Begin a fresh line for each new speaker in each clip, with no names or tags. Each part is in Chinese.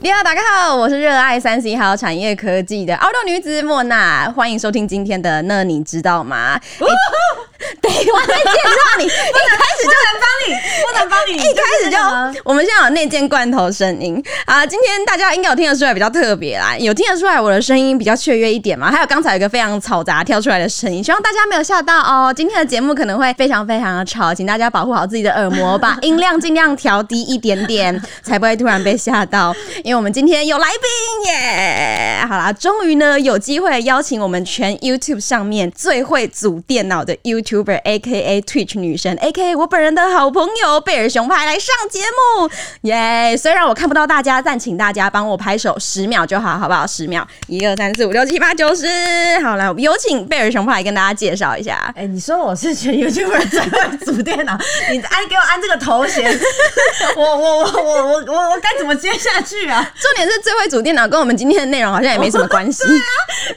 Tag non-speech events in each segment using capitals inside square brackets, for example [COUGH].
你好，大家好，我是热爱三 C 还有产业科技的澳洲女子莫娜，欢迎收听今天的那你知道吗？欸、对，我在介绍你，一开始就
能帮你，不能帮你，
一开始就我们现在有内建罐头声音啊。今天大家应该有听得出来比较特别啦，有听得出来我的声音比较雀跃一点嘛？还有刚才有一个非常嘈杂跳出来的声音，希望大家没有吓到哦。今天的节目可能会非常非常的吵，请大家保护好自己的耳膜，把音量尽量调低一点点，才不会突然被吓到。因为我们今天有来宾耶！好啦，终于呢有机会邀请我们全 YouTube 上面最会组电脑的 YouTuber A.K.A Twitch 女神 A.K.A 我本人的好朋友贝尔熊派来上节目耶！虽然我看不到大家，但请大家帮我拍手十秒就好，好不好？十秒，一二三四五六七八九十。好来，我们有请贝尔熊派来跟大家介绍一下。
[LAUGHS] 哎、你说我是全 YouTuber 最会组电脑， [LAUGHS] 你安给我安这个头衔， [LAUGHS] 我我我我我我我该怎么接下去啊？ [LAUGHS]
重点是最会组电脑，跟我们今天的内容好像也没什么关系。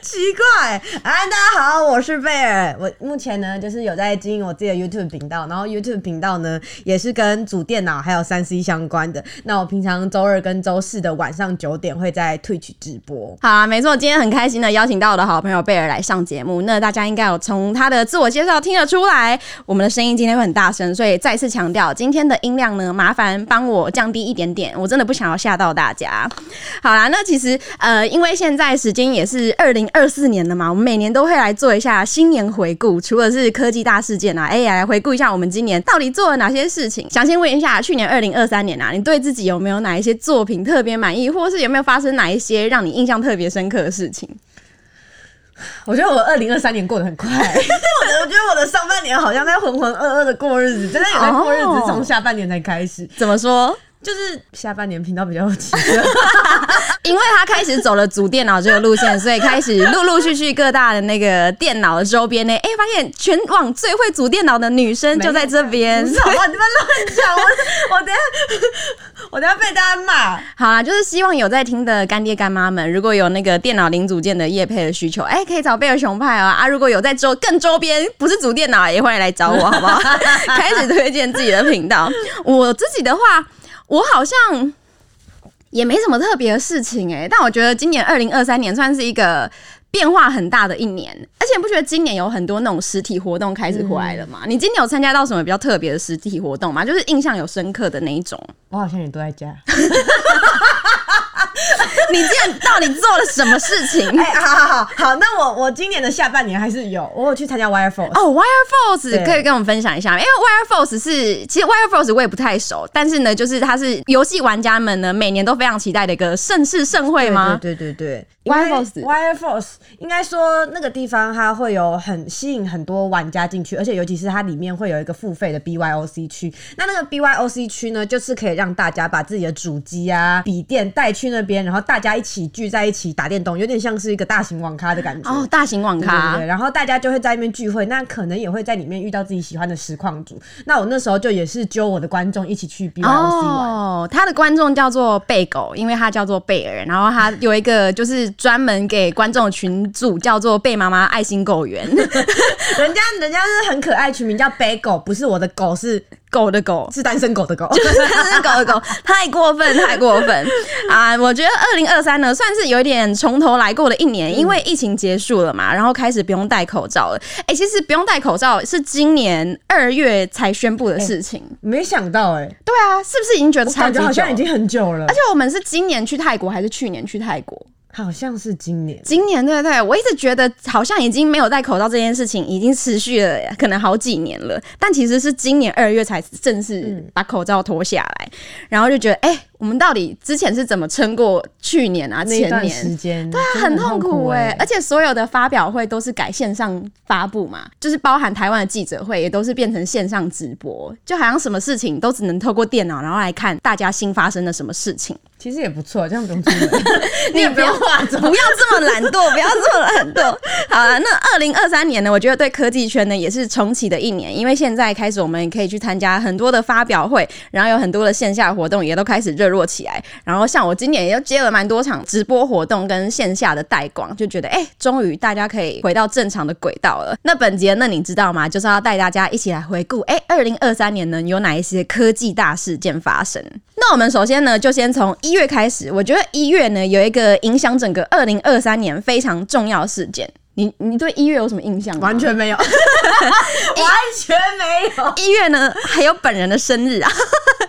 奇怪，哎，大家好，我是贝尔，我目前呢就是有在经营我自己的 YouTube 频道，然后 YouTube 频道呢也是跟组电脑还有三 C 相关的。那我平常周二跟周四的晚上九点会在 Twitch 直播。
好啊，没错，今天很开心的邀请到我的好朋友贝尔来上节目。那大家应该有从他的自我介绍听得出来，我们的声音今天会很大声，所以再次强调，今天的音量呢，麻烦帮我降低一点点，我真的不想要吓到大家。好啦，那其实呃，因为现在时间也是二零二四年了嘛，我们每年都会来做一下新年回顾，除了是科技大事件啊，哎、也来回顾一下我们今年到底做了哪些事情。想先问一下，去年二零二三年啊，你对自己有没有哪一些作品特别满意，或是有没有发生哪一些让你印象特别深刻的事情？
我觉得我二零二三年过得很快，我的我觉得我的上半年好像在浑浑噩噩的过日子，真的有在过日
哦
子，从下半年才开始，
怎么说？
就是下半年频道比较有起色。
因为他开始走了组电脑这个路线，所以开始陆陆续续各大的那个电脑的周边呢，哎、发现全网最会组电脑的女生就在这边
不。是好 [LAUGHS] 吧？你们乱讲，我我等一下我等一下被大家骂。
[LAUGHS] 好啦，就是希望有在听的干爹干妈们，如果有那个电脑零组件的业配的需求，哎、可以找贝尔熊派哦啊！如果有在周更周边，不是组电脑也欢迎来找我，好不好？开始推荐自己的频道。我自己的话，我好像也没什么特别的事情哎、但我觉得今年二零二三年算是一个。变化很大的一年，而且你不觉得今年有很多那种实体活动开始回来了吗？你今年有参加到什么比较特别的实体活动吗？就是印象有深刻的那一种？
我好像也都在 [LAUGHS] 家。
[LAUGHS] 你今年到底做了什么事情？
哎、好好好好，那我我今年的下半年还是有，我有去参加 Wire Force。
哦、w i r e Force
对
可以跟我们分享一下吗，因为 Wire Force 是其实 Wire Force 我也不太熟，但是呢，就是它是游戏玩家们呢每年都非常期待的一个盛世盛会吗？
对对对对
Wire
因为
Force
Wire Force 应该说那个地方它会有很吸引很多玩家进去，而且尤其是它里面会有一个付费的 BYOC 区。那那个 BYOC 区呢，就是可以让大家把自己的主机啊、笔电带去那边，然后大家一起聚在一起打电动，有点像是一个大型网咖的感觉。
哦，大型网
对对
咖
对，然后大家就会在那边聚会，那可能也会在里面遇到自己喜欢的实况组。那我那时候就也是揪我的观众一起去 BYOC 玩，
哦，他的观众叫做贝狗，因为他叫做贝尔，然后他有一个就是专门给观众的群组叫做贝妈妈爱心狗园， [LAUGHS]
人家人家是很可爱，取名叫北狗，不是我的狗，是
狗的狗，
是单身狗的狗。
真是狗狗，太过分，太过分啊！我觉得二零二三呢，算是有一点从头来过的一年，因为疫情结束了嘛，然后开始不用戴口罩了。哎、其实不用戴口罩是今年二月才宣布的事情。
没想到哎、
对啊，是不是已经觉得
我
超
感
级
觉
久？
好像已经很久了
而，且我们是今年去泰国还是去年去泰国？
好像是今年。
今年对对，我一直觉得好像已经没有戴口罩这件事情已经持续了可能好几年了，但其实是今年二月才正
嗯
式把口罩脱下来，然后就觉得哎、我们到底之前是怎么撑过去年啊
那一
前
段时
年？
间，
对啊，
真的
很痛
很
苦哎、
哎、
而且所有的发表会都是改线上发布嘛，就是包含台湾的记者会也都是变成线上直播，就好像什么事情都只能透过电脑，然后来看大家新发生了什么事情。
其实也不错，这样不用出门， [LAUGHS]
[LAUGHS]
你也不用化妆
不。要这么懒惰，不要这么懒惰。 [LAUGHS] 好了，那二零二三年呢，我觉得对科技圈呢也是重启的一年，因为现在开始我们也可以去参加很多的发表会，然后有很多的线下活动也都开始热热络起来。然后像我今年也接了蛮多场直播活动跟线下的带广，就觉得哎，终于大家可以回到正常的轨道了。那本节那你知道吗？就是要带大家一起来回顾，哎，二零二三年呢有哪一些科技大事件发生？那我们首先呢，就先从一月开始。我觉得一月呢有一个影响整个二零二三年非常重要事件。你你对一月有什么印象吗？
完
[LAUGHS]
全没有，完全没有。
一月呢，还有本人的生日啊，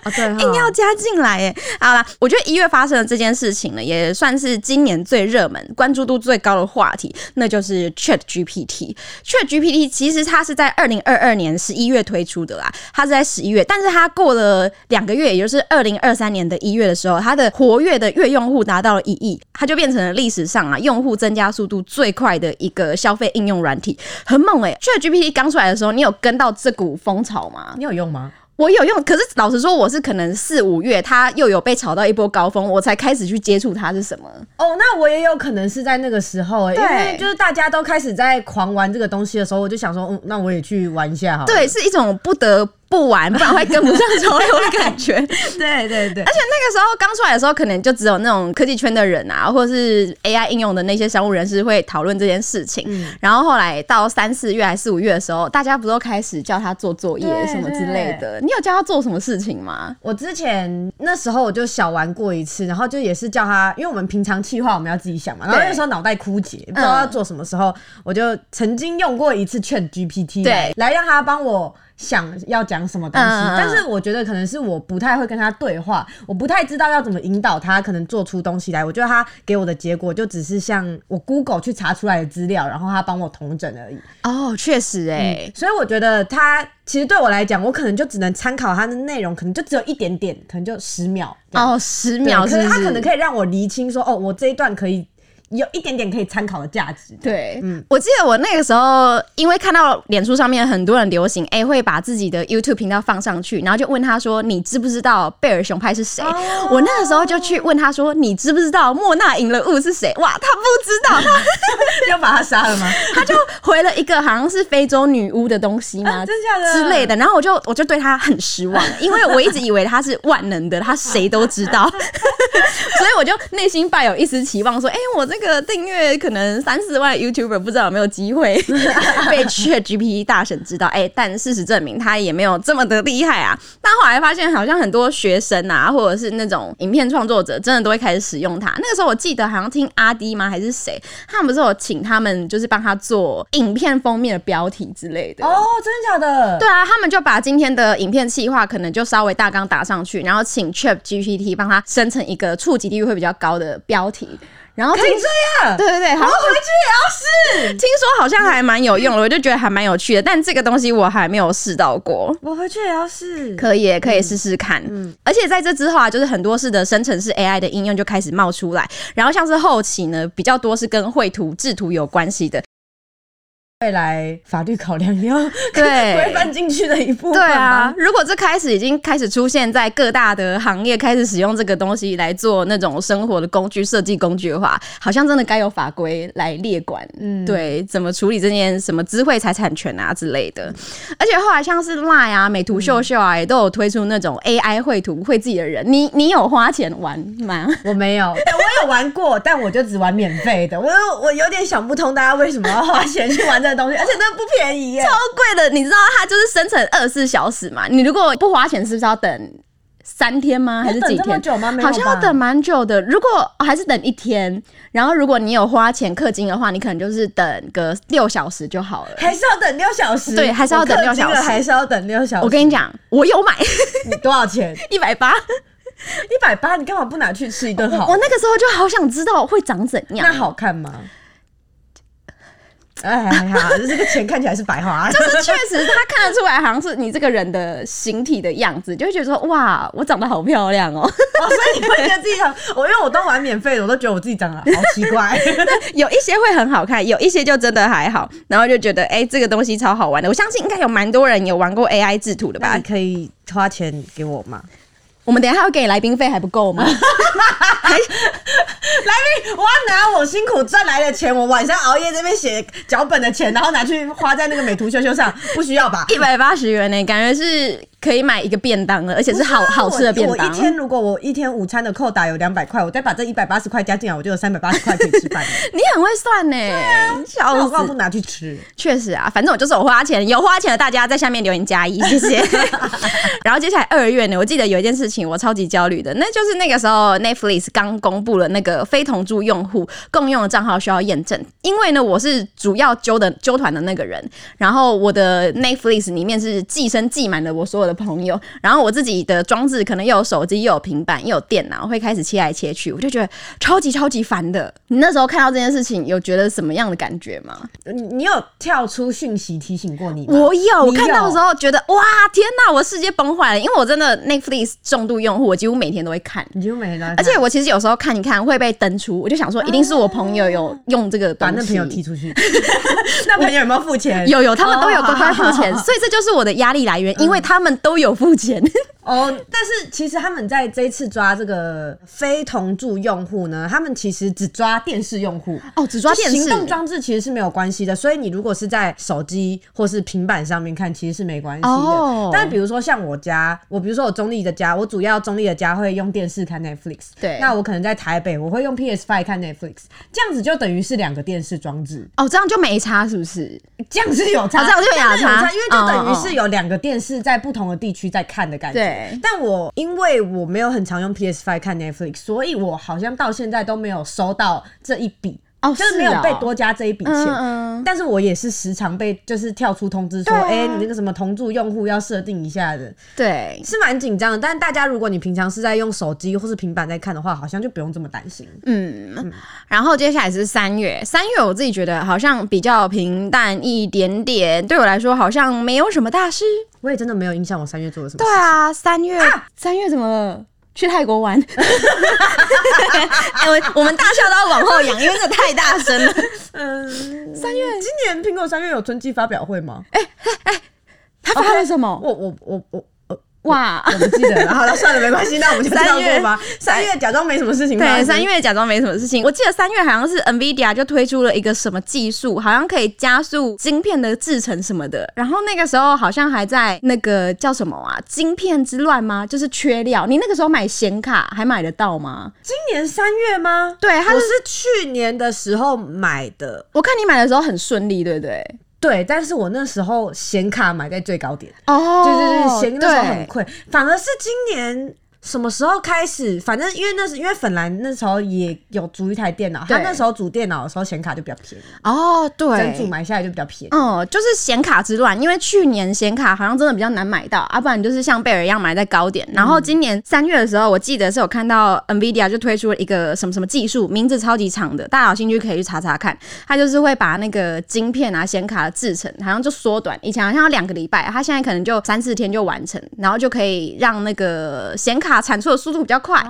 哦、对哦，
硬要加进来耶。好啦，我觉得一月发生的这件事情呢，也算是今年最热门、关注度最高的话题，那就是 Chat GPT。Chat GPT 其实它是在二零二二年十一月推出的啦，它是在十一月，但是它过了两个月，也就是二零二三年的一月的时候，它的活跃的月用户达到了一亿，它就变成了历史上啊用户增加速度最快的一个消费应用软体，很猛哎、Chat GPT 刚出来的时候，你有跟到这股风潮吗？
你有用吗？
我有用，可是老实说，我是可能四五月它又有被炒到一波高峰，我才开始去接触它是什么。
哦，那我也有可能是在那个时候、欸，因
对
为就是大家都开始在狂玩这个东西的时候，我就想说，嗯，那我也去玩一下好了。
对，是一种不得不玩，不然会跟不上潮流的感
[LAUGHS]
觉。
对对对
而，且那个时候刚出来的时候，可能就只有那种科技圈的人啊，或是 AI 应用的那些商务人士会讨论这件事情。
嗯
然后后来到三四月还是四五月的时候，大家不都开始叫他做作业
对
什么之类的？你有叫他做什么事情吗？
我之前那时候我就小玩过一次，然后就也是叫他，因为我们平常企划我们要自己想嘛，然后
对
那时候脑袋枯竭，不知道要做什么时候，我就曾经用过一次 Chat GPT
对
来来让他帮我。想要讲什么东西，
嗯嗯嗯
但是我觉得可能是我不太会跟他对话，我不太知道要怎么引导他，可能做出东西来。我觉得他给我的结果就只是像我 Google 去查出来的资料，然后他帮我统整而已。
哦，确实哎、
嗯所以我觉得他其实对我来讲，我可能就只能参考他的内容，可能就只有一点点，可能就十秒这样。
哦，十
对
秒
可
是不
是
是
他可能可以让我厘清说，哦，我这一段可以有一点点可以参考的价值。 [LAUGHS]
对，我记得我那个时候，因为看到脸书上面很多人流行，哎、会把自己的 YouTube 频道放上去，然后就问他说：“你知不知道贝尔熊派是谁？”我那个时候就去问他说：“你知不知道莫娜赢了雾是谁？”哇，他不知道，
要把他杀
[LAUGHS]
了吗？
他就回了一个好像是非洲女巫的东西
[LAUGHS]
吗？
啊真假的
之类的。然后我就我就对他很失 [LAUGHS] 望，因为我一直以为他是万能的，他谁都知 [LAUGHS] 道，所以我就内心抱有一丝期望，说：哎、我这个订阅可能三四万 YouTuber 不知道有没有机 [LAUGHS] 会被 Chat GPT 大神知道。哎、但事实证明他也没有这么的厉害啊。但后来发现，好像很多学生啊，或者是那种影片创作者，真的都会开始使用它。那个时候我记得好像听阿迪吗还是谁，他们不是有请他们就是帮他做影片封面的标题之类的。
哦，真的假的？
对啊，他们就把今天的影片企划可能就稍微大纲打上去，然后请 Chat GPT 帮他生成一个触及率会比较高的标题，然后
可以
听
这样。
对对对，好像
我回去也要试，
听说好像还蛮有用的，我就觉得还蛮有趣的，但这个东西我还没有试到过。
我回去也要试。
可以耶，可以试试看。
嗯
而且在这之后啊，就是很多事的生成式 AI 的应用就开始冒出来，然后像是后期呢，比较多是跟绘图、制图有关系的。
未来法律考量也要
对
规范进去的一部
对
分
啊
吧，。
如果这开始已经开始出现在各大的行业，开始使用这个东西来做那种生活的工具、设计工具的话，好像真的该有法规来列管。嗯，对，怎么处理这件什么智慧财产权啊之类
嗯
的。而且后来像是 Line 啊、美图秀秀啊，也都有推出那种 AI 绘图会自己的人。你你有花钱玩吗？
我没
[LAUGHS]
有，但我有玩过，但我就只玩免费的。我有我有点想不通，大家为什么要花钱去玩这个东西，而且那不便宜耶。
超贵的，你知道它就是生成二十四小时嘛？你如果不花钱，是不是要等三天吗？还是几
要等这么
天？
久吗没有
好像要
吧
等蛮久的。如果、哦还是等一天，然后如果你有花钱氪金的话，你可能就是等个六小时就好了。
还是要等六小时，
对还是要等
我氪金了
六小时
还是要等六小时。
我跟你讲，我有买 [LAUGHS]
你多少钱？
一百八，
一百八，你干嘛不拿去吃一顿好
我？那个时候就好想知道会长怎样
那。好看吗？哎呀，这个钱看起来是
[LAUGHS]
白哦花，
就是确实，他看得出来，好像是你这个人的形体的样子，就会觉得说，哇，我长得好漂亮哦。
哦所以你会觉得自己很……哦我因为我都玩免费的，我都觉得我自己长得好奇
[LAUGHS]
怪。
有一些会很好看，有一些就真的还好，然后就觉得哎、这个东西超好玩的。我相信应该有蛮多人有玩过 AI 制图的吧？
可以花钱给我吗？
哎我们等一下要给你来宾费还不够 [LAUGHS] 吗？
来宾，我要拿我辛苦赚来的钱，我晚上熬夜这边写脚本的钱，然后拿去花在那个美图秀秀上，不需要吧？
一百八十元呢、感觉是可以买一个便当了，而且是好
不啊
好吃的便
我。我
当
一。天如果我一天午餐的扣打有两百块，我再把这一百八十块加进来，我就有三百八十块可以吃
[LAUGHS]
饭了。
你很会算呢、
那
笑
我干嘛
死
不！拿去吃？
确实啊，反正我就是有花钱，有花钱的大家在下面留言加一，谢谢。 [LAUGHS] 然后接下来二月呢，我记得有一件事情我超级焦虑的，那就是那个时候 Netflix 刚公布了那个非同住用户共用的账号需要验证，因为呢我是主要揪的揪团的那个人，然后我的 Netflix 里面是寄生寄满了我所有的朋友，然后我自己的装置可能又有手机又有平板又有电脑，会开始切来切去，我就觉得超级超级烦的。你那时候看到这件事情，有觉得什么样的感觉吗？
你你有跳出讯息提醒过你吗？
我有，我
你
看到的
有
时候觉得哇，天哪，我世界崩坏了，因为我真的 Netflix 重度用户，我几乎每天都会看。
你就没了，
而且我其实有时候看一看会被登出，我就想说，一定是我朋友有用这个东
把
西。
那朋友踢出去。 [LAUGHS] 那朋友有没有付
[LAUGHS]
钱？
有有，他们都有
哦
乖乖付钱，所以这就是我的压力来源，因为他们都有付钱。
哦，但是其实他们在这一次抓这个非同住用户呢，他们其实只抓电视用户。
哦，只 [LAUGHS] 抓电视，
行动装置其实是没有关系的，所以你如果是在手机或是平板上面看，其实是没关系的。
哦
但比如说像我家，我比如说我中立的家，我主要中立的家会用电视看 Netflix。
对
那我可能在台北，我会用 PS Five 看 Netflix，这样子就等于是两个电视装置，
哦，这样就没差，是不是？
这样子有差，
哦这样就有差
因为就等于
哦哦
是有两个电视在不同的地区在看的感觉。
对
但我因为我没有很常用 PS Five 看 Netflix，所以我好像到现在都没有收到这一笔。
哦
就是没
是
有
哦
被多加这一笔钱，
嗯嗯
但是我也是时常被就是跳出通知说，
对啊
哎、你那个什么同住用户要设定一下的，
对，
是蛮紧张的。但大家如果你平常是在用手机或是平板在看的话，好像就不用这么担心。
嗯，然后接下来是三月，三月我自己觉得好像比较平淡一点点，对我来说好像没有什么大事。
我也真的没有印象我三月做了什么
对
事。
啊，三月，三月怎么了？去泰国玩？ [LAUGHS] 哎、我我们大笑都要往后仰，因为这太大声了。
嗯，三月，今年苹果三月有春季发表会吗？
[LAUGHS] 哎他发了什么？
我我我我我
哇！
我不记得了。好了，算了，没关系，那我们就这样
三月
过吧。三月假装没什么事情。
对，三。月假装没什么事情。我记得三月好像是 NVIDIA 就推出了一个什么技术，好像可以加速晶片的制成什么的。然后那个时候好像还在那个叫什么啊，晶片之乱吗？就是缺料。你那个时候买显卡还买得到吗？
今年三月吗？
对，它
我
是
是去年的时候买的，
我看你买的时候很顺利，对不对？
对，但是我那时候显卡买在最高点，
哦
对对对，显那时候
对
很贵，反而是今年。什么时候开始？反正因为那时因为粉兰那时候也有组一台电脑，他
对
那时候组电脑的时候显卡就比较便宜，
哦，
整组
对。
买下来就比较便宜。
嗯，就是显卡之乱，因为去年显卡好像真的比较难买到，啊，不然你就是像贝尔一样买在高点。然后今年三月的时候，我记得是有看到 NVIDIA 就推出了一个什么什么技术，名字超级长的，大家有兴趣可以去查查看。它就是会把那个晶片啊、显卡的制成，好像就缩短，以前好像要两个礼拜，它现在可能就三四天就完成，然后就可以让那个显卡产出的速度比较快。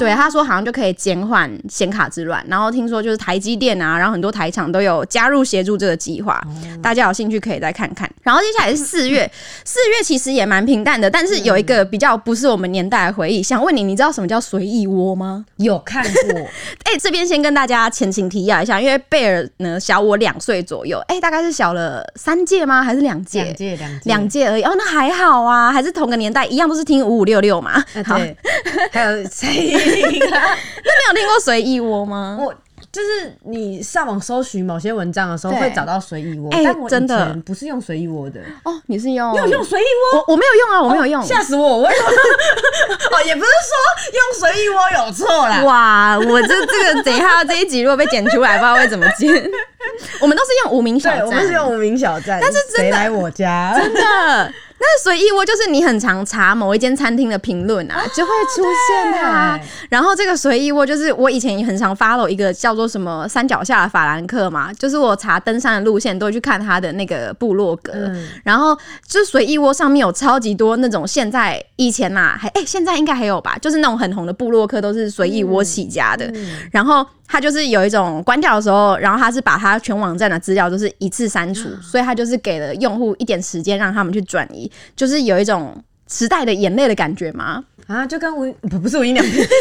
对，他说好像就可以减缓显卡之乱，然后听说就是台积电啊，然后很多台厂都有加入协助这个计划，大家有兴趣可以再看看。然后接下来是四月，四月其实也蛮平淡的，但是有一个比较不是我们年代的回忆，想问你，你知道什么叫随意窝吗？
有看 [LAUGHS] 过，
哎、这边先跟大家前情提要一下，因为贝尔呢小我两岁左右，哎、大概是小了三届吗？还是两届？
两届两届
两届而已哦，那还好啊，还是同个年代，一样都是听五五六六嘛。
啊
好， [LAUGHS]
对， [LAUGHS] 还有谁、啊？
那你有听过随意窝吗？
我就是你上网搜寻某些文章的时候
对
会找到随意窝，
哎
但我以
真的
前不是用随意窝的，
哦，你是用
你有用随意窝？
我我没有用啊，我没有用。 [LAUGHS]
吓死我！我 [LAUGHS] 哦，也不是说用随意窝有错啦。
哇，我这这个等一下这一集如果被剪出来，不知道会怎么剪。 [LAUGHS] 我们都是用无名小
对，
站，
我们是用无名小站，但
是真的
谁来我家？
真的。那随意窝就是你很常查某一间餐厅的评论啊，就会出现它。
对
然后这个随意窝就是我以前也很常 follow 一个叫做什么山脚下的法兰克嘛，就是我查登山的路线都会去看他的那个部落格，
嗯
然后就是随意窝上面有超级多那种现在以前啦、还哎、现在应该还有吧，就是那种很红的部落客都是随意窝起家的，然后。他就是有一种关掉的时候，然后他是把他全网站的资料都是一次删除，所以他就是给了用户一点时间让他们去转移，就是有一种时代的眼泪的感觉吗？
啊，就跟无印不不是
[LAUGHS]
无印良品，就跟无名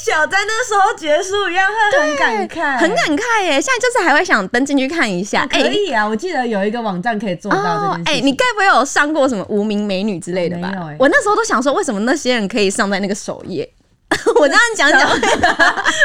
小站那时候结束一样，会很感慨，
很感慨耶！现在就是还会想登进去看一下。哎、
可以啊。我记得有一个网站可以做到
哦
这，
哎、
件事
你
情。
该不会有上过什么无名美女之类的吧？
没有哎
我那时候都想说，为什么那些人可以上在那个首页？ [LAUGHS] 我这样讲 [LAUGHS] 讲，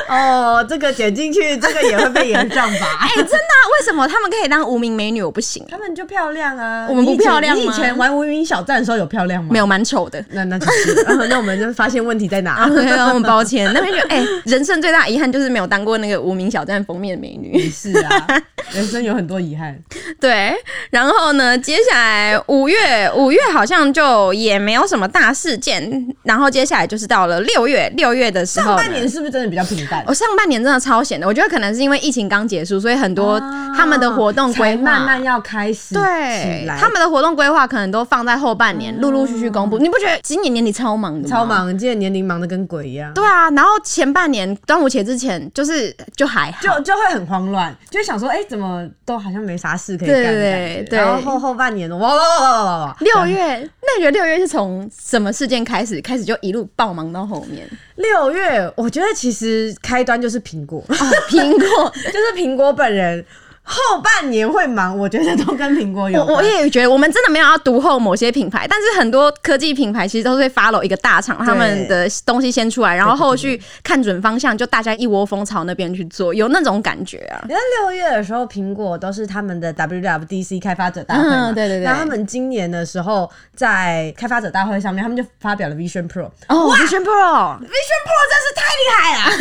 哦，这个剪进去，这个也会被延上吧
[LAUGHS] 哎、？真的啊、为什么他们可以当无名美女，我不行？
他们就漂亮啊，
我们不
你以前
漂亮吗
你以前玩无名小站的时候有漂亮吗？
没有，蛮丑的。
那那
[LAUGHS]
就是，啊那我们就发现问题在哪
啊，。 [LAUGHS] 很抱歉，那边就哎、人生最大遗憾就是没有当过那个无名小站封面美女。
是啊，人生有很多遗憾。
[LAUGHS] 对，然后呢，接下来五月，五月好像就也没有什么大事件，然后接下来就是到了六月，六月的时候
上
呢，
半年是不是真的比较平淡
我、？哦上半年真的超闲的，我觉得可能是因为疫情刚结束，所以很多
啊
他们的活动规
才
划、
慢慢要开始
对
起来，哦
他们的活动规划可能都放在后半年，陆陆续续公布。你不觉得今年年底超忙的吗？
超。忙，今年年龄忙得跟鬼一样，
对啊，然后前半年端午节之前就是就还好，
就就会很慌乱，就会想说，哎、怎么都好像没啥事可以干
对
的感
对
觉。
对
然后后后半年，哇哇哇哇哇哇，
六月，那你觉得六月是从什么事件开始？开始就一路爆忙到后面 [LAUGHS]
六月，我觉得其实开端就是苹果，
哦，苹果。
[LAUGHS] 就是苹果本人后半年会忙，我觉得都跟苹果有
我
关。
我也觉得，我们真的没有要独后某些品牌，但是很多科技品牌其实都是会 follow 一个大厂，他们的东西先出来，然后后续看准方向，就大家一窝蜂朝那边去做，有那种感觉啊。
你看六月的时候，苹果都是他们的 WWDC 开发者大会嘛，
嗯对对对
然后他们今年的时候，在开发者大会上面，他们就发表了 Vision Pro。
哦，我宣 Pro，
Vision Pro 真是太厉害了！啊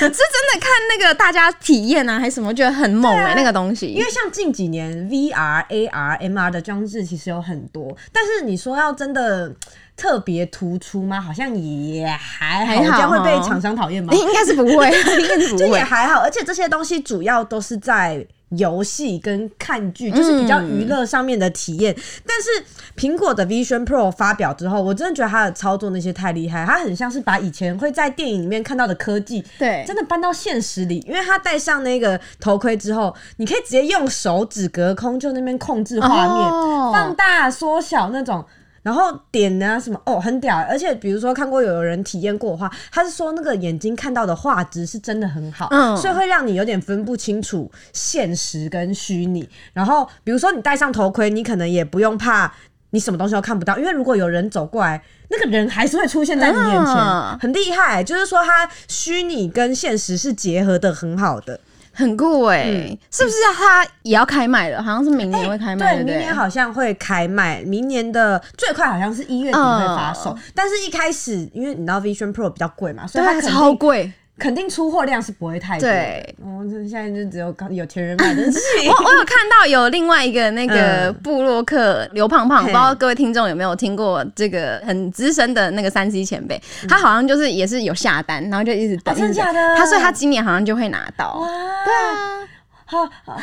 [LAUGHS] 是真的看那个大家体验啊，还是什么，觉得很猛哎、那个东西。
因为像近几年 VR、AR、MR 的装置其实有很多，但是你说要真的特别突出吗？好像也还好，
还好
这样会被
哦
厂商讨厌吗？
[LAUGHS] 应该是不会，啊应该是不
就也
会。
还好，而且这些东西主要都是在游戏跟看剧，就是比较娱乐上面的体验。但是苹果的 Vision Pro 发表之后，我真的觉得它的操作那些太厉害，它很像是把以前会在电影里面看到的科技，
对
真的搬到现实里。因为它戴上那个头盔之后，你可以直接用手指隔空就那边控制画面，
哦
放大、缩小那种。然后点啊什么哦，很屌！而且比如说看过有人体验过的话，他是说那个眼睛看到的画质是真的很好，
嗯
所以会让你有点分不清楚现实跟虚拟。然后比如说你戴上头盔，你可能也不用怕你什么东西都看不到，因为如果有人走过来，那个人还是会出现在你面前，
嗯
很厉害。就是说它虚拟跟现实是结合的很好的。
很酷哎、
嗯
是不是它也要开卖了？好像是明年会开卖，
哎对，
不
明年好像会开卖，明年的最快好像是一月底会发售，但是一开始因为你知道 Vision Pro 比较贵嘛，所
啊对啊，
以它肯定
超贵。
肯定出货量是不会太多的。
对，
哦，这现在就只有刚有钱人
[LAUGHS]
买得起。
我我有看到有另外一个那个
嗯
布洛克刘胖胖，
嘿
不知道各位听众有没有听过这个很资深的那个三 C 前辈，他好像就是也是有下单，然后就一直等，
哦嗯真的
一直等
假的
他所以他今年好像就会拿到。
对啊，好，好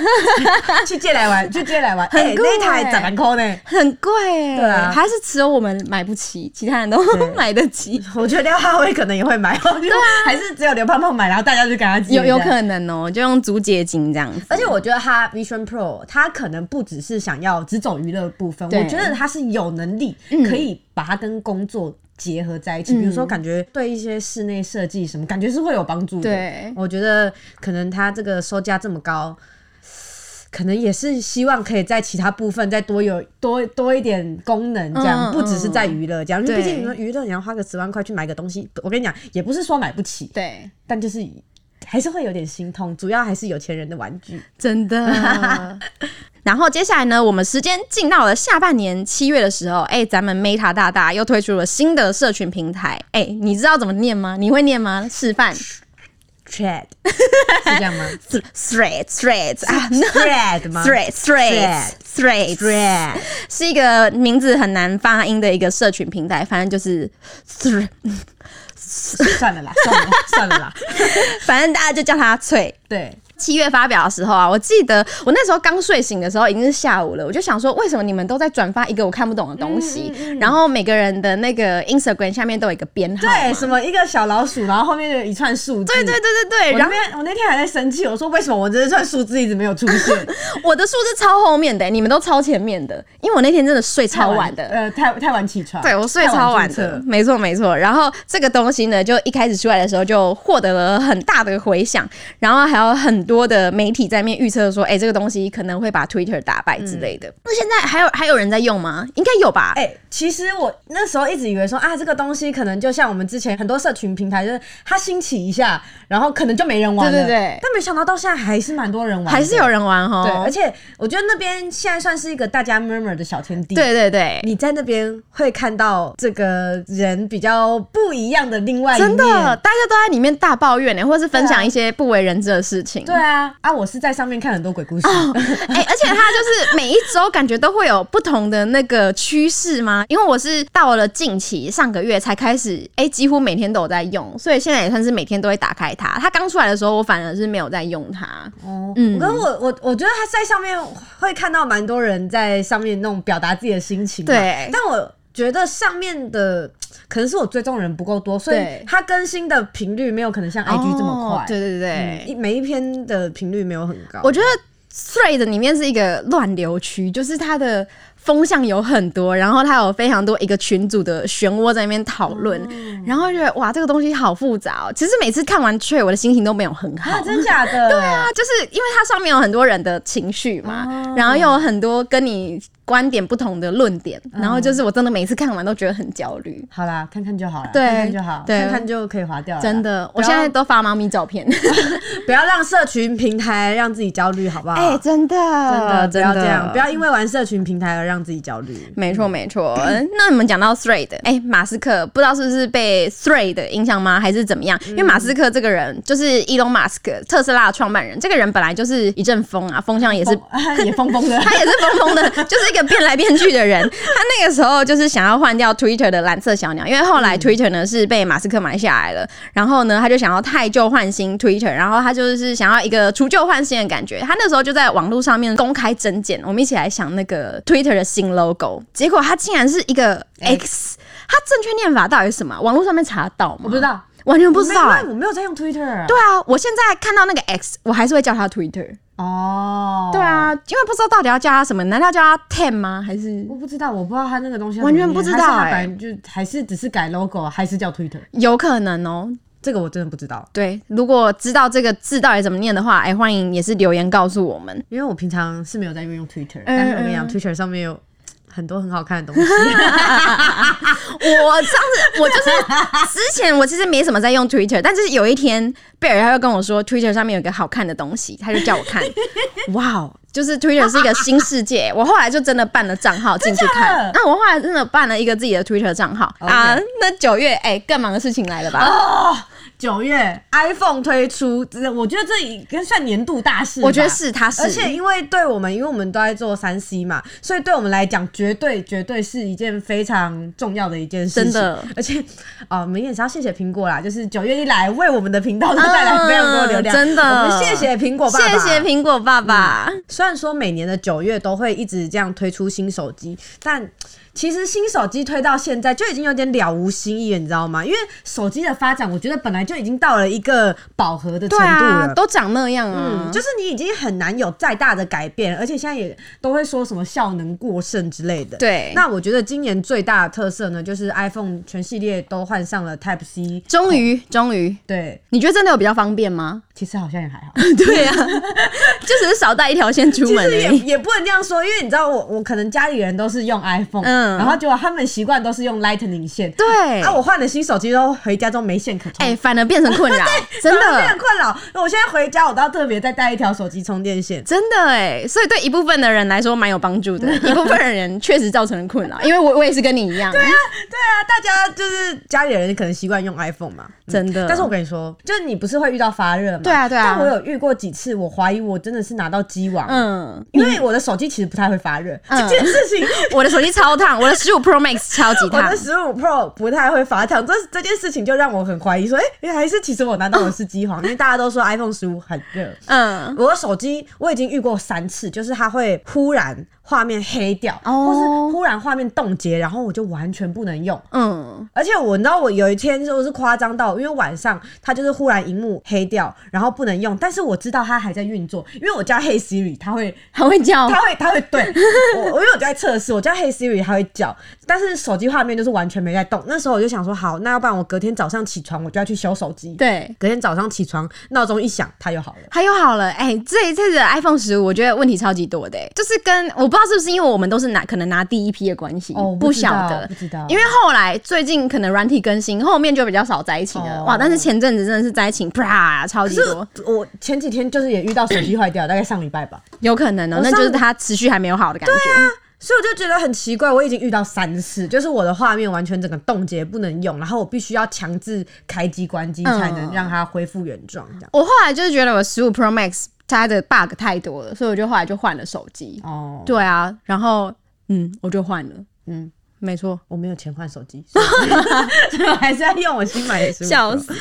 去借来玩，去借来玩。
很
哎
酷
那一台
哎
怎么抠呢？
很贵哎、
对啊
还是只有我们买不起，其他人都 [LAUGHS] 买得
[LAUGHS]
起，
我觉得廖浩威可能也会买，对啊，还是只有刘胖胖买，然后大家就给他借
有有
这样
可能哦、就用竹节金这样子。
而且我觉得他 Vision Pro，他可能不只是想要只走娱乐部分，
对嗯
我觉得他是有能力可以把它跟工作结合在一起。比如说，感觉对一些室内设计什么，感觉是会有帮助的。
对
我觉得可能他这个售价这么高。可能也是希望可以在其他部分再多有多多一点功能，这
嗯
样、不只是在娱乐这样，因为
对
毕竟你们娱乐你要花个十万块去买个东西，我跟你讲，也不是说买不起，
对，
但就是还是会有点心痛，主要还是有钱人的玩具。
真的。 [LAUGHS] 然后接下来呢，我们时间进到了下半年七月的时候，哎、咱们 Meta 大大又推出了新的社群平台，哎、你知道怎么念吗？你会念吗？示 [LAUGHS] 范 [LAUGHS]
Thread 是这样吗
Threads Threads 啊
？Thread 吗
Threads Threads Threads
？Thread
是一个名字很难发音的一个社群平台，反正就是 Thread，
算了啦，算了啦，算了啦。
反正大家就叫它翠。
对，
七月发表的时候啊，我记得我那时候刚睡醒的时候已经是下午了，我就想说，为什么你们都在转发一个我看不懂的东西？然后每个人的那个 Instagram 下面都有一个编号嘛，
对，什么一个小老鼠，然后后面就一串数字。
对对对对对，
我
然
那
后
边我那天还在生气，我说为什么我这串数字一直没有出现？
我的数字超后面的、你们都超前面的，因为我那天真的睡超晚的，
[LAUGHS] 呃，太太晚起床。
对我睡超晚
太注
的
册，
没错没错。然后这个东西呢，就一开始出来的时候就获得了很大的回响，然后还有很多的媒体在面预测说，哎、这个东西可能会把 Twitter 打败之类的。那、现在还有还有人在用吗？应该有吧。
哎、其实我那时候一直以为说啊，这个东西可能就像我们之前很多社群平台，就是它兴起一下，然后可能就没人玩了。
对对对
但没想到到现在还是蛮多人玩的，
还是有人玩哦。
对，而且我觉得那边现在算是一个大家 murmur 的小天地。。
对对对，
你在那边会看到这个人比较不一样的另外一面，
真的，大家都在里面大抱怨呢、欸或是分享一些不为人知的事情。
对啊啊！我是在上面看很多鬼故事，
[LAUGHS] 哎、而且它就是每一周感觉都会有不同的那个趋势吗？因为我是到了近期上个月才开始，哎、几乎每天都有在用，所以现在也算是每天都会打开它。它刚出来的时候，我反而是没有在用它。
哦，嗯，可是我我我觉得他在上面会看到蛮多人在上面那种表达自己的心情嘛，
对
但我觉得上面的可能是我追踪人不够多，所以
对
它更新的频率没有可能像 IG 这么
哦
快，
对对对
嗯，，一每一篇的频率没有很高，
我觉得 Thread 里面是一个乱流区，就是它的风向有很多，然后它有非常多一个群组的漩涡在那边讨
哦
论，然后就觉得哇，这个东西好复杂、哦。其实每次看完 Thread，我的心情都没有很
[LAUGHS]
好。
啊，真
[LAUGHS]
假的，对啊，
啊，就是因为它上面有很多人的情绪嘛，
哦
然后又有很多跟你观点不同的论点，
嗯
然后就是我真的每次看完都觉得很焦虑，
好啦，看看就好了，
对
看看就好，
对
看看就可以划掉了啦，
真的，
啊不
我
要
现在都发猫咪照
[LAUGHS]
片，
不要让社群平台让自己焦虑，好不好？
哎、真的，
真的不要这样，不
要。
要因为玩社群平台而让自己焦 [LAUGHS] 虑。
没错，没错。嗯那你们讲到 Thread，哎、马斯克不知道是不是被 Thread 影响吗，还是怎么样？因为马斯克这个人就是 Elon Musk，特斯拉的创办人，这个人本来就是一阵风啊，风向也是
疯哦 [LAUGHS] 也疯疯的，
他也是疯疯的，就是一个变来变去的
[LAUGHS]
人。他那个时候就是想要换掉 Twitter 的蓝色小鸟，因为后
嗯
来 Twitter 呢是被马斯克买下来了，然后呢他就想要汰旧换新 Twitter，然后他就是想要一个除旧换新的感觉。他那时候就在网络上面公开征件，我们一起来想那个 Twitter 的新 logo，结果他竟然是一个 X，他正确念法到底是什么啊？网络上面查得到吗？
我 [LAUGHS] 不知，道，
完全不知道、
没有
哎
因为我没有在用 Twitter。
对啊，我现在看到那个 X，我还是会叫他 Twitter。
哦，
对，啊，因为不知道到底要叫他什么，难道叫他 Ten 吗？还是
我不知道，我不知道他那个东西
完全不知道
哎、
哎
还是他本来就还是只是改 logo，还是叫 Twitter？
有可能哦？
这个我真的不知道，
对，如果知道这个字到底怎么念的话，哎、欢迎也是留言告诉我们。
因为我平常是没有在用 Twitter，、
嗯
但是我跟你讲，Twitter 上面有很多很好看的东西。 [LAUGHS]
我上次我就是之前我其实没什么在用 Twitter，但是有一天贝尔他就跟我说 Twitter 上面有一个好看的东西，他就叫我看， [LAUGHS] 哇哦，就是 Twitter 是一个新世界。我后来就真的办了账号进去
真假
看啊
的，
那我后来真的办了一个自己的 Twitter 账号
OK 哦
啊。那九月哎、更忙的事情来了吧？
九月 iPhone 推出，这我觉得这已经算年度大事吧，
我觉得是，他是，
而且因为对我们，因为我们都在做三 C 嘛，所以对我们来讲，绝对绝对是一件非常重要的一件事情。
真的，
而且啊、我们也是要谢谢苹果啦，就是九月一来为我们的频道都带来非常多流
嗯
量，
真的
我们谢谢苹果爸爸，
谢谢。苹果爸爸。
虽然说每年的九月都会一直这样推出新手机，但其实新手机推到现在就已经有点了无新意了，你知道吗？因为手机的发展，我觉得本来就已经到了一个饱和的程
对
度了，
啊，都长那样啊。
嗯，就是你已经很难有再大的改变，而且现在也都会说什么效能过剩之类的。，
对，
那我觉得今年最大的特色呢，就是 iPhone 全系列都换上了 Type C。
终于，终于，
对，
你觉得真的有比较方便
[LAUGHS]
吗？
其实好像也还好，
对啊，就只是少带一条线出
其
门而
实也
已。
也不能这样说，因为你知道我我可能家里人都是用 iPhone，
嗯
然后结果他们习惯都是用 Lightning 线，
对，
啊，我换了新手机之后回家都没线可充。
哎、反而变成困扰，真
反而变得
的，
困扰。我现在回家，我都要特别再带一条手机充电线。
真的哎、所以对一部分的人来说蛮有帮助的，一部分的人确实造成了困扰，因为我我也是跟你一样，
对啊，大家就是家里人可能习惯用 iPhone 嘛，嗯
真的
但是我跟你说，就是你不是会遇到发热吗？
对啊对啊
但我有遇过几次，我怀疑我真的是拿到鸡王，
嗯。
因为我的手机其实不太会发热、
嗯
这件事情。
我的手机超烫，我的十五 Pro Max 超级
我
烫
的，十五 Pro 不太会发烫，这这件事情就让我很怀疑，说，哎、还是其实我拿到的是机皇，因为大家都说 iPhone 十五很热。
嗯，
我的手机我已经遇过三次，就是它会忽然画面黑掉，
哦
或是忽然画面冻结，然后我就完全不能用。
嗯，
而且我你知道，我有一天就是夸张到，因为晚上它就是忽然荧幕黑掉，然后不能用，但是我知道它还在运作，因为我叫 Hey Siri，它会
还会叫
它会它会对我，我因为我在测试，我叫 Hey Siri，它会叫，但是手机画面就是完全没在动。那时候我就想说，好，那要不然我隔天早上起床我就要去修手机。
对。
隔天早上起床，闹钟一响，它又好了。
还有好了，哎、这一次的 iPhone 十五，我觉得问题超级多的、哎就是跟我不知道是不是因为我们都是拿可能拿第一批的关系，
哦我
不
不知道
晓得，
不知道
因为后来最近可能软体更新，后面就比较少灾情了，
哦
哇！但是前阵子真的是灾情，啪，超级多，
是我前几天就是也遇到手机坏掉，大概上礼拜吧，
有可能哦、
我
那
上啊
就是它持续还没有好的感觉。
所以我就觉得很奇怪，我已经遇到三次，就是我的画面完全整个冻结不能用，然后我必须要强制开机关机
嗯
才能让它恢复原状，这样。
我后来就是觉得我十五 Pro Max 它的 bug 太多了，所以我就后来就换了手机。
哦，
对啊，然后嗯，我就换了，
嗯，
没错。
我没有钱换手机，所以 [LAUGHS] 所以我还是要用我新买的15 Pro。
笑死。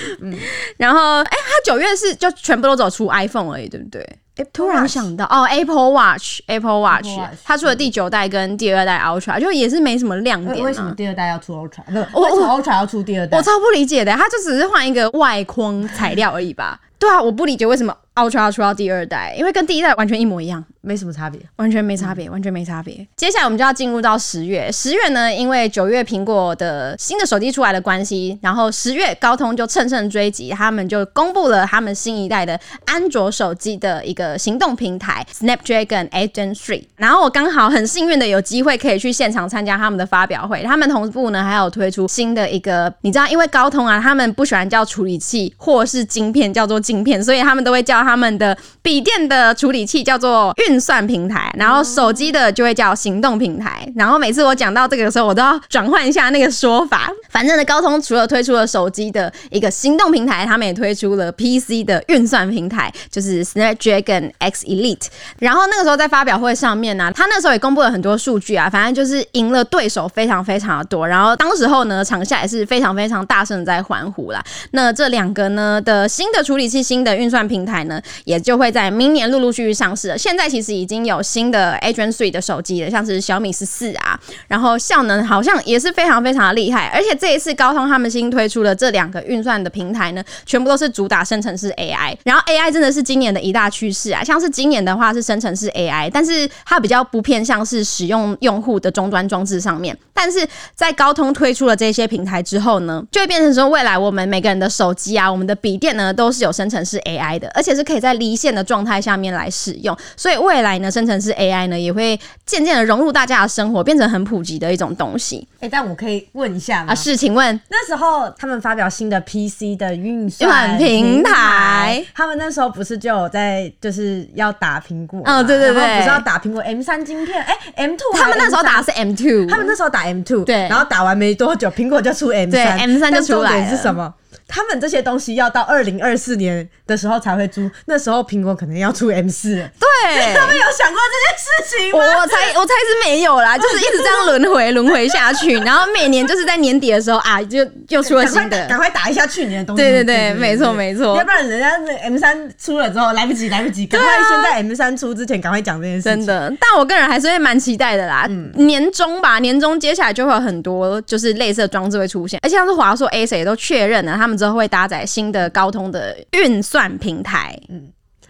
然后，哎、他九月是就全部都走出 iPhone 而已，对不对？
哎，
突然想到，哦，Apple Watch，Apple Watch，,
Apple Watch，
它出了第九代跟第二代 Ultra，就也是没什么亮
呃为
点
为什么
啊。
第二代要出 Ultra？不，
我
为什么 Ultra 要出第二代
哦我？超不理解的，它就只是换一个外框材料而已吧？对啊，我不理解为什么 Ultra 要出到第二代，因为跟第一代完全一模一样。
没什么差别。
完全没差别，完全没差别。接下来我们就要进入到十月，十月呢，因为九月苹果的新的手机出来的关系，然后十月高通就乘胜追击，他们就公布了他们新一代的安卓手机的一个行动平台 Snapdragon 8 Gen 3。然后我刚好很幸运的有机会可以去现场参加他们的发表会，他们同步呢还有推出新的一个，你知道，因为高通啊，他们不喜欢叫处理器或是晶片叫做晶片，所以他们都会叫他们的笔电的处理器叫做运算平台，然后手机的就会叫行动平台。然后每次我讲到这个的时候，我都要转换一下那个说法。反正呢，高通除了推出了手机的一个行动平台，他们也推出了 PC 的运算平台，就是 Snapdragon X Elite。然后那个时候在发表会上面呢、他那时候也公布了很多数据啊，反正就是赢了对手非常非常的多。然后当时候呢，场下也是非常非常大声的在欢呼啦。那这两个呢的新的处理器、新的运算平台呢，也就会在明年陆陆续续上市了。现在其实已经有新的 Adreno 3的手机了，像是小米十四啊，然后效能好像也是非常非常的厉害。而且这一次高通他们新推出的这两个运算的平台呢，全部都是主打生成式 AI。然后 AI 真的是今年的一大趋势啊，像是今年的话是生成式 AI，但是它比较不偏向是使用用户的终端装置上面。但是在高通推出了这些平台之后呢，就会变成说，未来我们每个人的手机啊，我们的笔电呢，都是有生成式 AI 的，而且是可以在离线的状态下面来使用。所以未来呢，生成式 AI 呢，也会渐渐的融入大家的生活，变成很普及的一种东西
哎，但我可以问一下吗
啊。？是，请问
那时候他们发表新的 PC 的运
算
算
啊平
平
台
台，他们那时候不是就有在就是要打苹果
嗯
嘛，
对对对
然后不是要打苹果 M 三晶片，哎、m two，
他们那时候打的是 M two，
他们那时候打 M two，
嗯对
然后打完没多久，苹果就出 M
对
三
，M3 就出来了
是什么？他们这些东西要到二零二四年的时候才会出，那时候苹果可能要出 M 四，
对。
[LAUGHS] 他们有想过这件事情
[LAUGHS] 我
吗？
我猜我猜是没有啦，就是一直这样轮回轮回下去，然后每年就是在年底的时候啊，就又出了
赶快
新的，
赶快打一下去年的东西。
对对对没错没错
要不然人家那 M 三出了之后来不及，来不及，赶快先在 M 三出之前赶快讲这件事情。
啊真的，但我个人还是会蛮期待的啦。
嗯
年终吧，年终接下来就会有很多就是类似的装置会出现，而且像是华硕、A 也都确认了，他们之后会搭载新的高通的运算平台。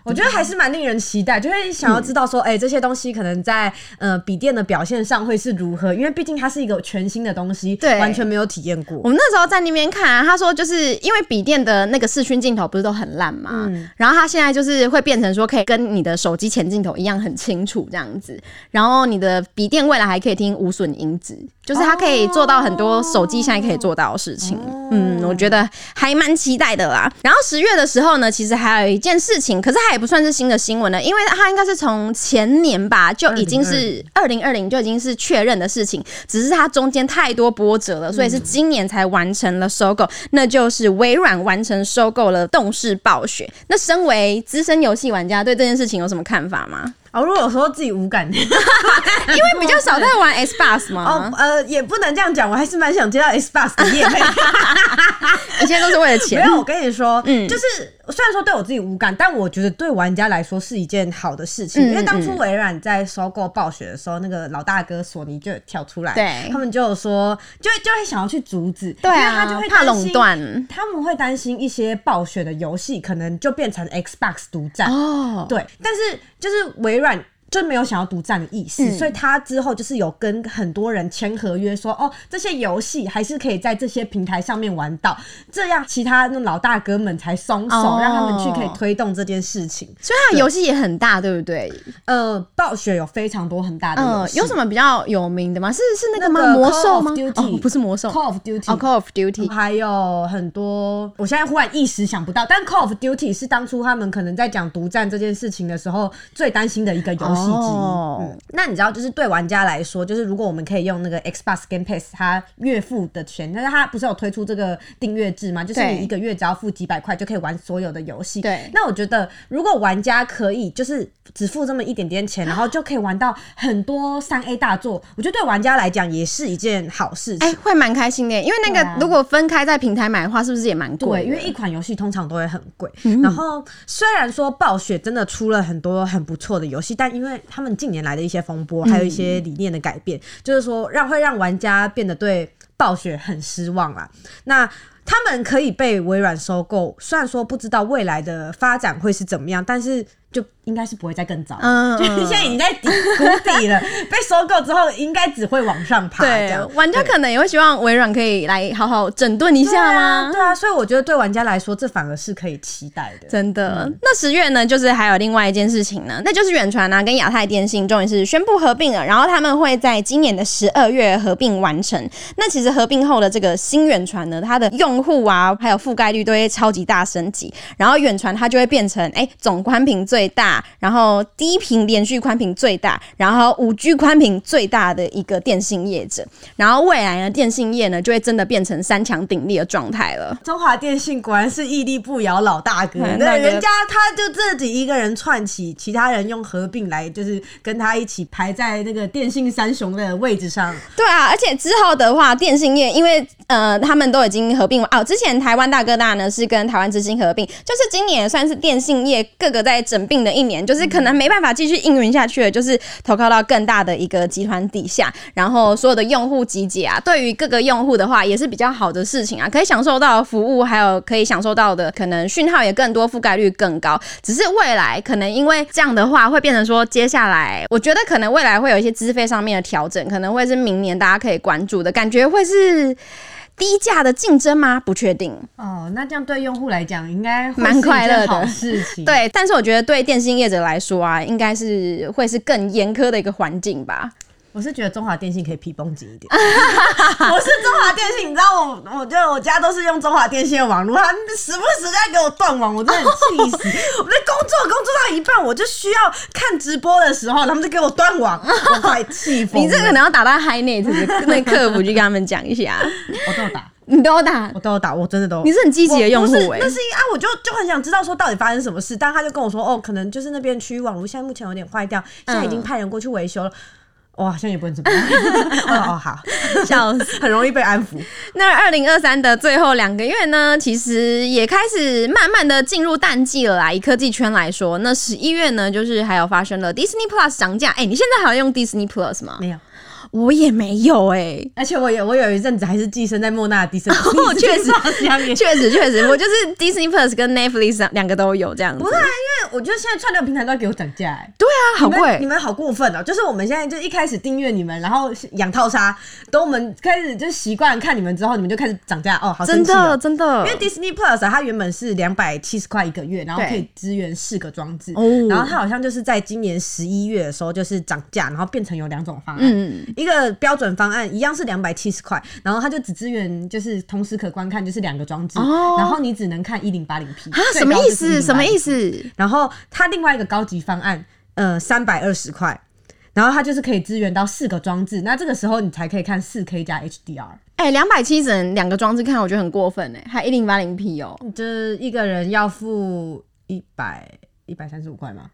我觉得还是蛮令人期待，就会想
嗯
要知道说，哎、这些东西可能在呃笔电的表现上会是如何，因为毕竟它是一个全新的东西，
对
完全没有体验过
我。们那时候在那边看、啊，他说就是因为笔电的那个视讯镜头不是都很烂嘛，然后他现在就是会变成说可以跟你的手机前镜头一样很清楚这样子，然后你的笔电未来还可以听无损音质，就是它可以做到很多手机现在可以做到的事情。嗯，我觉得还蛮期待的啦。然后十月的时候呢，其实还有一件事情，可是它也不算是新的新闻了，因为它应该是从前年吧就已经是二零二零就已经是确认的事情，只是它中间太多波折了，所以
嗯
是今年才完成了收购，那就是微软完成
[LAUGHS]
收购了动视暴雪。那身为资深游戏玩家，对这件事情有什么看法吗？
哦，如果有时候自己无感，
因
因
为比较少在玩 S Bus
[LAUGHS] 哦
嘛，，
呃，也不能这样讲，我还是蛮想接到 S Bus 的业配。
[LAUGHS] 一切都是为了
没
钱。
有，我跟你说，
嗯
就是虽然说对我自己无感，但我觉得对玩家来说是一件好的事情，
嗯
因为当初微软在收购暴雪的时候，那个老大哥索尼就有跳出来，
对
他们就有说，就就会想要去阻止，
对
因为他
啊
就会，
怕
担心
垄。断
他们会担心一些暴雪的游戏可能就变成 Xbox 独占，
哦。
对，但是就是微软。就没有想要独占的意思，
嗯
所以他之后就是有跟很多人签合约说，哦，这些游戏还是可以在这些平台上面玩到，这样其他那种老大哥们才松手，
哦
让他们去可以推动这件事情。
所以它的游戏也很大，对不对？
呃，暴雪有非常多很大的游
嗯，
戏、
有什么比较有名的吗？是是那个吗？
那个
魔兽吗
Call of？Duty
哦，不是魔兽
Call of Duty，、
哦，Call of Duty。
还有很多，我现在忽然一时想不到，但 Call of Duty 是当初他们可能在讲独占这件事情的时候最担心的一个游戏之一。
哦
嗯，那你知道，就是对玩家来说，就是如果我们可以用那个 Xbox Game Pass 它月付的钱，但是它不是有推出这个订阅制吗？就是
对
你一个月只要付几百块就可以玩所有的游戏。
对
那我觉得，如果玩家可以就是只付这么一点
[GASPS]
点钱，然后就可以玩到很多三 A 大作，我觉得对玩家来讲也是一件好事情。
哎、会蛮开心的耶，因为那
对啊
个如果分开在平台买的话，是不是也蛮贵
对，
的？嗯
因为一款游戏通常都会很贵。然后虽然说暴雪真的出了很多很不错的游戏，但因为他们近年来的一些风波，还有一些理念的改变，就是说让会让玩家变得对暴雪很失望啦。那他们可以被微软收购，虽然说不知道未来的发展会是怎么样，但是就应该是不会再更糟。
嗯
[LAUGHS] 就是现在已经在底谷底了，被收购之后应该只会往上爬。这
对
样，
玩家可能也会希望微软可以来好好整顿一下吗？
对啊，对啊，所以我觉得对玩家来说，这反而是可以期待的。
真的，那十月呢，就是还有另外一件事情呢，那就是远传啊跟亚太电信终于是宣布合并了，然后他们会在今年的十二月合并完成。那其实合并后的这个新远传呢，它的用户啊还有覆盖率都会超级大升级，然后远传它就会变成哎、总宽频最大，然后低频连续宽频最大，然后五 G 宽频最大的一个电信业者，然后未来呢电信业呢就会真的变成三强鼎立的状态了。
中华电信果然是屹立不摇老大哥，
嗯
那
那个
人家他就自己一个人串起，其他人用合并来，就是跟他一起排在那个电信三雄的位置上。
对啊，而且之后的话，电信业因为呃，他们都已经合并完哦。之前台湾大哥大呢是跟台湾之星合并，就是今年也算是电信业各个在整并的一年，就是可能没办法继续营运下去了，就是投靠到更大的一个集团底下，然后所有的用户集结啊，对于各个用户的话也是比较好的事情啊，可以享受到的服务，还有可以享受到的可能讯号也更多，覆盖率更高。只是未来可能因为这样的话，会变成说，接下来我觉得可能未来会有一些资费上面的调整，可能会是明年大家可以关注的感觉，会是低价的竞争吗？不确定。
哦，那这样对用户来讲，应该会
蛮
是一件
快乐的
好事 [LAUGHS] 情。，
对，但是我觉得对电信业者来说啊，应该是会是更严苛的一个环境吧。
我是觉得中华电信可以皮绷紧一 [LAUGHS] 点。我是中华电信，你知道我，我觉得我家都是用中华电信的网络，他们时不时在给我断网，我真的很气 [LAUGHS] 死。我在工作工作到一半，我就需要看直播的时候，他们就给我断网，我快气疯了。
你这可能要打到 High Net 的那客服去跟他们讲一下，
我都有打，
[LAUGHS] 你都打，
我都有打，我真的都。
你是很积极的用户
我不是
哎、
那是因为啊，我就就很想知道说到底发生什么事，但他就跟我说，哦，可能就是那边区域网络现在目前有点坏掉，现在已
嗯
经派人过去维修了。我好像也不能
[LAUGHS]
怎么样。哦哦好，
笑死。
很容易被
[LAUGHS]
安抚。
那二零二三的最后两个月呢，其实也开始慢慢的进入淡季了啦。以科技圈来说，那十一月呢，就是还有发生了 Disney Plus 涨价。哎、你现在还有用 Disney Plus 吗？
没有，
我也没有哎、
而且我有我有一阵子还是寄生在莫娜的迪士
[LAUGHS]
尼，
哦确
[LAUGHS]
实
下面。
确实确实，我就是 Disney Plus 跟 Netflix 两个都有这样子。
不是啊，因为我觉得现在串流平台都要给我涨价、哎，
对啊，好
你们你
贵。
们好过分哦、就是我们现在就一开始订阅你们，然后养套杀，等我们开始就习惯看你们之后，你们就开始涨价哦，好
真
生气
的
哦。
真的
因为 Disney Plus 啊它原本是两百七十块一个月，然
嗯
后
对
可以支援四个装置
哦，
然后它好像就是在今年十一月的时候就是涨价，然后变成有两种方案，
嗯
一个标准方案一样是两百七十块，然后它就只支援就是同时可观看就是两个装置，
哦
然后你只能看一零八零 P
啊，什么意思？什么意？思？
然后它另外一个高级方案，呃，三百二十块。然后它就是可以支援到四个装置，那这个时候你才可以看四 K 加 HDR，
哎、两百七只能两个装置看，我觉得很过分哎、还一零八零 P 哦。
就是一个人要付一百一百三十五块吗？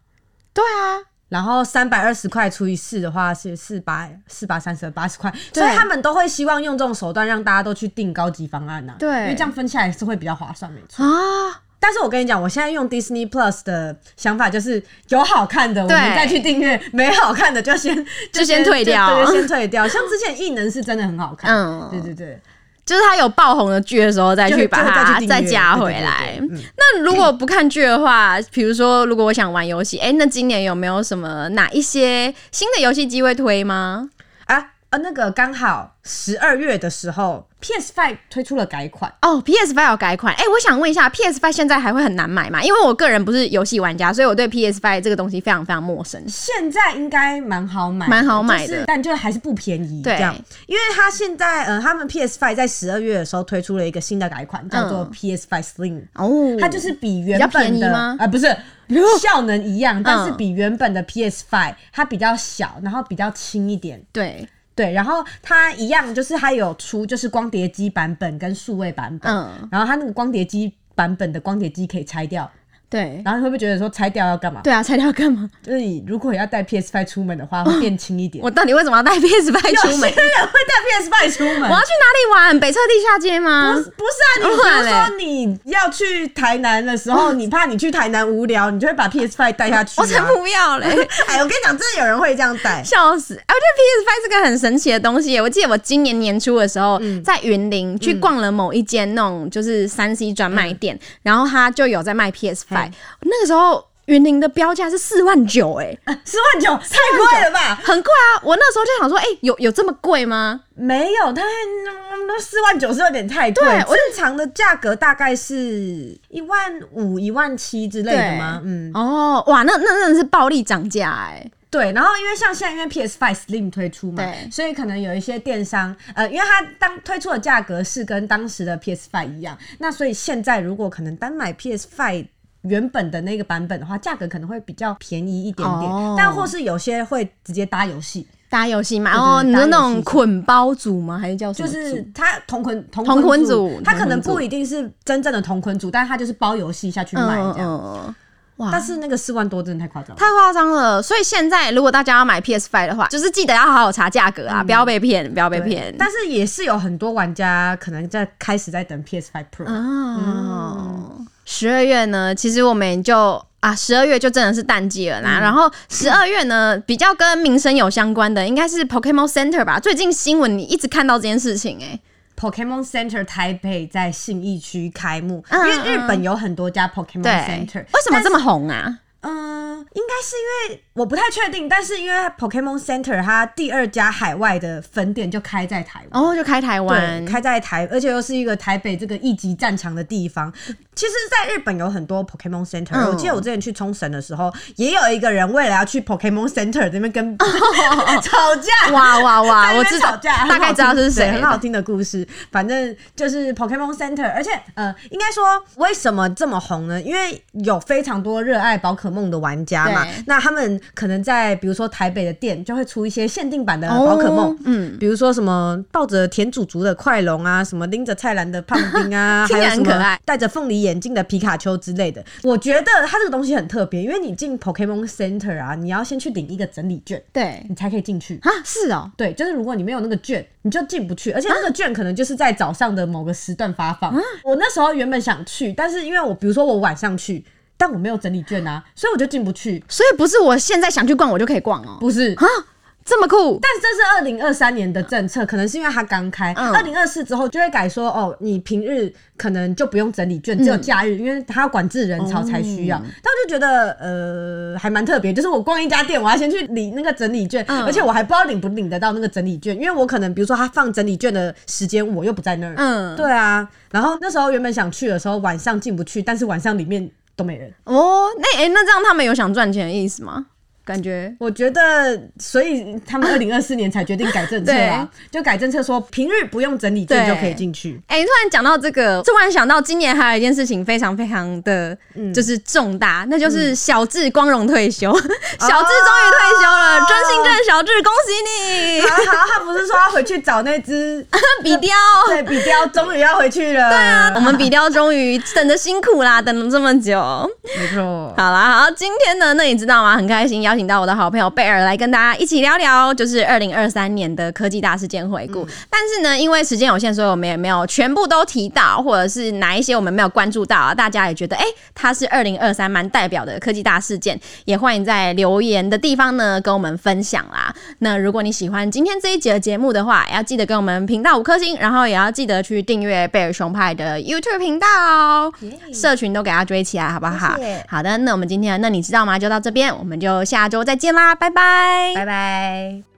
对啊，
然后三百二十块除以四的话是四百四百三十八十块，
对
所以他们都会希望用这种手段让大家都去订高级方案呐、啊
对
因为这样分下来是会比较划算，没错。
啊，
但是我跟你讲，我现在用 Disney Plus 的想法就是有好看的我
对
们再去订阅，没好看的就先
[LAUGHS] 就先退掉
对，就先退掉。像之前异能是真的很好
[LAUGHS]
看，
嗯
对对对，
就是他有爆红的剧的时候再
就
去
会
把
就会再去
它
订
再
阅
加
对
回
对对
来
嗯。
那如果不看剧的话，比如说如果我想玩游戏，哎，那今年有没有什么哪一些新的游戏机会推吗？
啊啊，那个刚好十二月的时候，PS Five 推出了改款。
哦，PS Five 有改款，哎、我想问一下，PS Five 现在还会很难买吗？因为我个人不是游戏玩家，所以我对 PS Five 这个东西非常非常陌生。
现在应该蛮好买的，
蛮好买的
就是但就还是不便宜。
对
这样，因为它现在呃，他们 PS Five 在十二月的时候推出了一个新的改款，叫做 PS Five Slim。
哦，
它就是比原
嗯比较便
本
宜
的
吗嗯
啊、不是效能一样，但是比原本的 PS Five 它比较小，然后比较轻一点。
对，
对，然后它一样就是它有出就是光碟机版本跟数位版本，
嗯，
然后它那个光碟机版本的光碟机可以拆掉，
对，
然后你会不会觉得说拆掉要干嘛？
对啊，拆掉干 [LAUGHS] 嘛？
就是你如果要带 PS Five 出门的话，会变轻一点。
我到底为什么要带 PS Five 出 [LAUGHS] 门
有？些人会带 PS 5出门
我。要去哪里玩？北侧地下街吗
不？是不是啊，你
不然嘞
比如说你要去台南的时候，你怕你去台南无聊，你就会把 PS Five 带下去、啊。
我才不要嘞！
哎，我跟你讲，真的有人会这样带。
笑死！哎、我觉得 PS Five 是个很神奇的东西耶。我记得我今年年初的时候，
嗯
在云林去逛了某一间那种就是三 C 专卖店，
嗯
然后他就有在卖 PS Five。那个时候云林的标价是四万九，哎，
四万九太贵了吧？
很贵啊！我那时候就想说，哎、有有这么贵吗？
没有，太那四万九是有点太贵。
对我
正常的价格大概是一万五、一万七之类的吗？嗯，
哦，哇，那那真的是暴力涨价哎。
对，然后因为像现在因为 PS Five Slim 推出嘛
对，
所以可能有一些电商，呃，因为它当推出的价格是跟当时的 PS Five 一样，那所以现在如果可能单买 PS Five。原本的那个版本的话，价格可能会比较便宜一点点，
哦
但或是有些会直接搭游戏，
打游戏嘛，
对
哦，你说那
打游戏
种捆包组吗？还是叫什
就
么组？
是它同捆同
同
捆
捆
组
组，
它可能
同捆组
不一定是真正的同捆组，但它就是包游戏下去卖这样。
嗯，哇
但是那个四万多真的太夸张了，
太夸张了，所以现在如果大家要买 PS Five 的话，就是记得要好好查价格啊，不要被骗，不要被
嗯对
骗。
但是也是有很多玩家可能在开始在等 PS Five Pro，、
哦，十二月呢，其实我们就啊，十二月就真的是淡季了
嗯
啦。然后十二月呢，比较跟民生有相关的，应该是 Pokemon Center 吧。最近新闻你一直看到这件事情、欸，
Pokemon Center 台北在信义区开幕，
嗯
因为日本有很多家 Pokemon
哎，对
Center，，
为什么这么红啊？
嗯，应该是因为我不太确定，但是因为 Pokemon Center 它第二家海外的分店就开在台湾。
然后、哦就开台湾
对，，开在台，而且又是一个台北这个一级战场的地方。其实，在日本有很多 Pokemon Center、
嗯
我记得我之前去冲绳的时候，也有一个人为了要去 Pokemon Center 这
[LAUGHS]
边跟 [LAUGHS] 吵架。
哇哇哇！啊
[LAUGHS] 在那
我
边
知
吵
道，
架，
大概知道是
对
谁
很
了。
好听的故事。反正就是 Pokemon Center，而且呃，应该说为什么这么红呢？因为有非常多热爱宝可梦的玩家嘛
对，
那他们可能在比如说台北的店就会出一些限定版的宝可梦、
哦嗯
比如说什么抱着田祖竹的快龙啊，什么拎着菜篮的胖丁
[LAUGHS]
啊，
听
还
起
有
来
什
很可
么
爱
戴着凤梨眼镜的皮卡丘之类的。我觉得它这个东西很特别，因为你进 Pokemon Center 啊，你要先去领一个整理券，
对
你才可以进去。
啊，是哦，
对，就是如果你没有那个券，你就进不去，而且那个券可能就是在早上的某个时段发放。我那时候原本想去，但是因为我比如说我晚上去，但我没有整理券啊，所以我就进不去。
所以不是我现在想去逛我就可以逛哦，
不是，
啊，这么酷
但这是二零二三年的政策，可能是因为它刚开，
嗯
二零二四之后就会改说哦，你平日可能就不用整理
嗯
券，只有假日，因为它要管制人潮才需
哦
要。但我就觉得呃还蛮特别，就是我逛一家店，我要先去领那个整理券，
嗯
而且我还不知道领不领得到那个整理券，因为我可能比如说他放整理券的时间我又不在那儿，
嗯
对啊。然后那时候原本想去的时候晚上进不去，但是晚上里面都没人。
哦！那哎、诶那这样他们有想赚钱的意思吗？感觉
我觉得，所以他们二零二四年才决定改政策啊，就改政策说平日不用整理券
对
就可以进去。
哎、诶突然讲到这个，突然想到今年还有一件事情非常非常的，就是重大，那就是小智光荣退休，小智终于退休了，
哦
真心正小智，恭喜你！
[LAUGHS] 好好，他不是说要回去找那只
比雕。
对比雕，终于要回去了。对
对啊，我，们比雕终于等的辛苦啦，等了这么久。
没错。
好啦，好，今天呢，那你知道吗？很开心邀请到我的好朋友贝尔来跟大家一起聊聊，就是二零二三年的科技大事件回顾。
嗯
但是呢，因为时间有限，所以我们也没有全部都提到，或者是哪一些我们没有关注到啊。大家也觉得，哎、它是二零二三蛮代表的科技大事件，也欢迎在留言的地方呢跟我们分享啦。那如果你喜欢今天这一集的节目的话，也要记得给我们频道五颗星，然后也要记得去订阅贝尔熊派的 YouTube 频道哦。社群都给它追起来，好不好？
谢谢
好的，那我们今天的那你知道吗？就到这边，我们就下周再见啦，拜拜。
拜拜。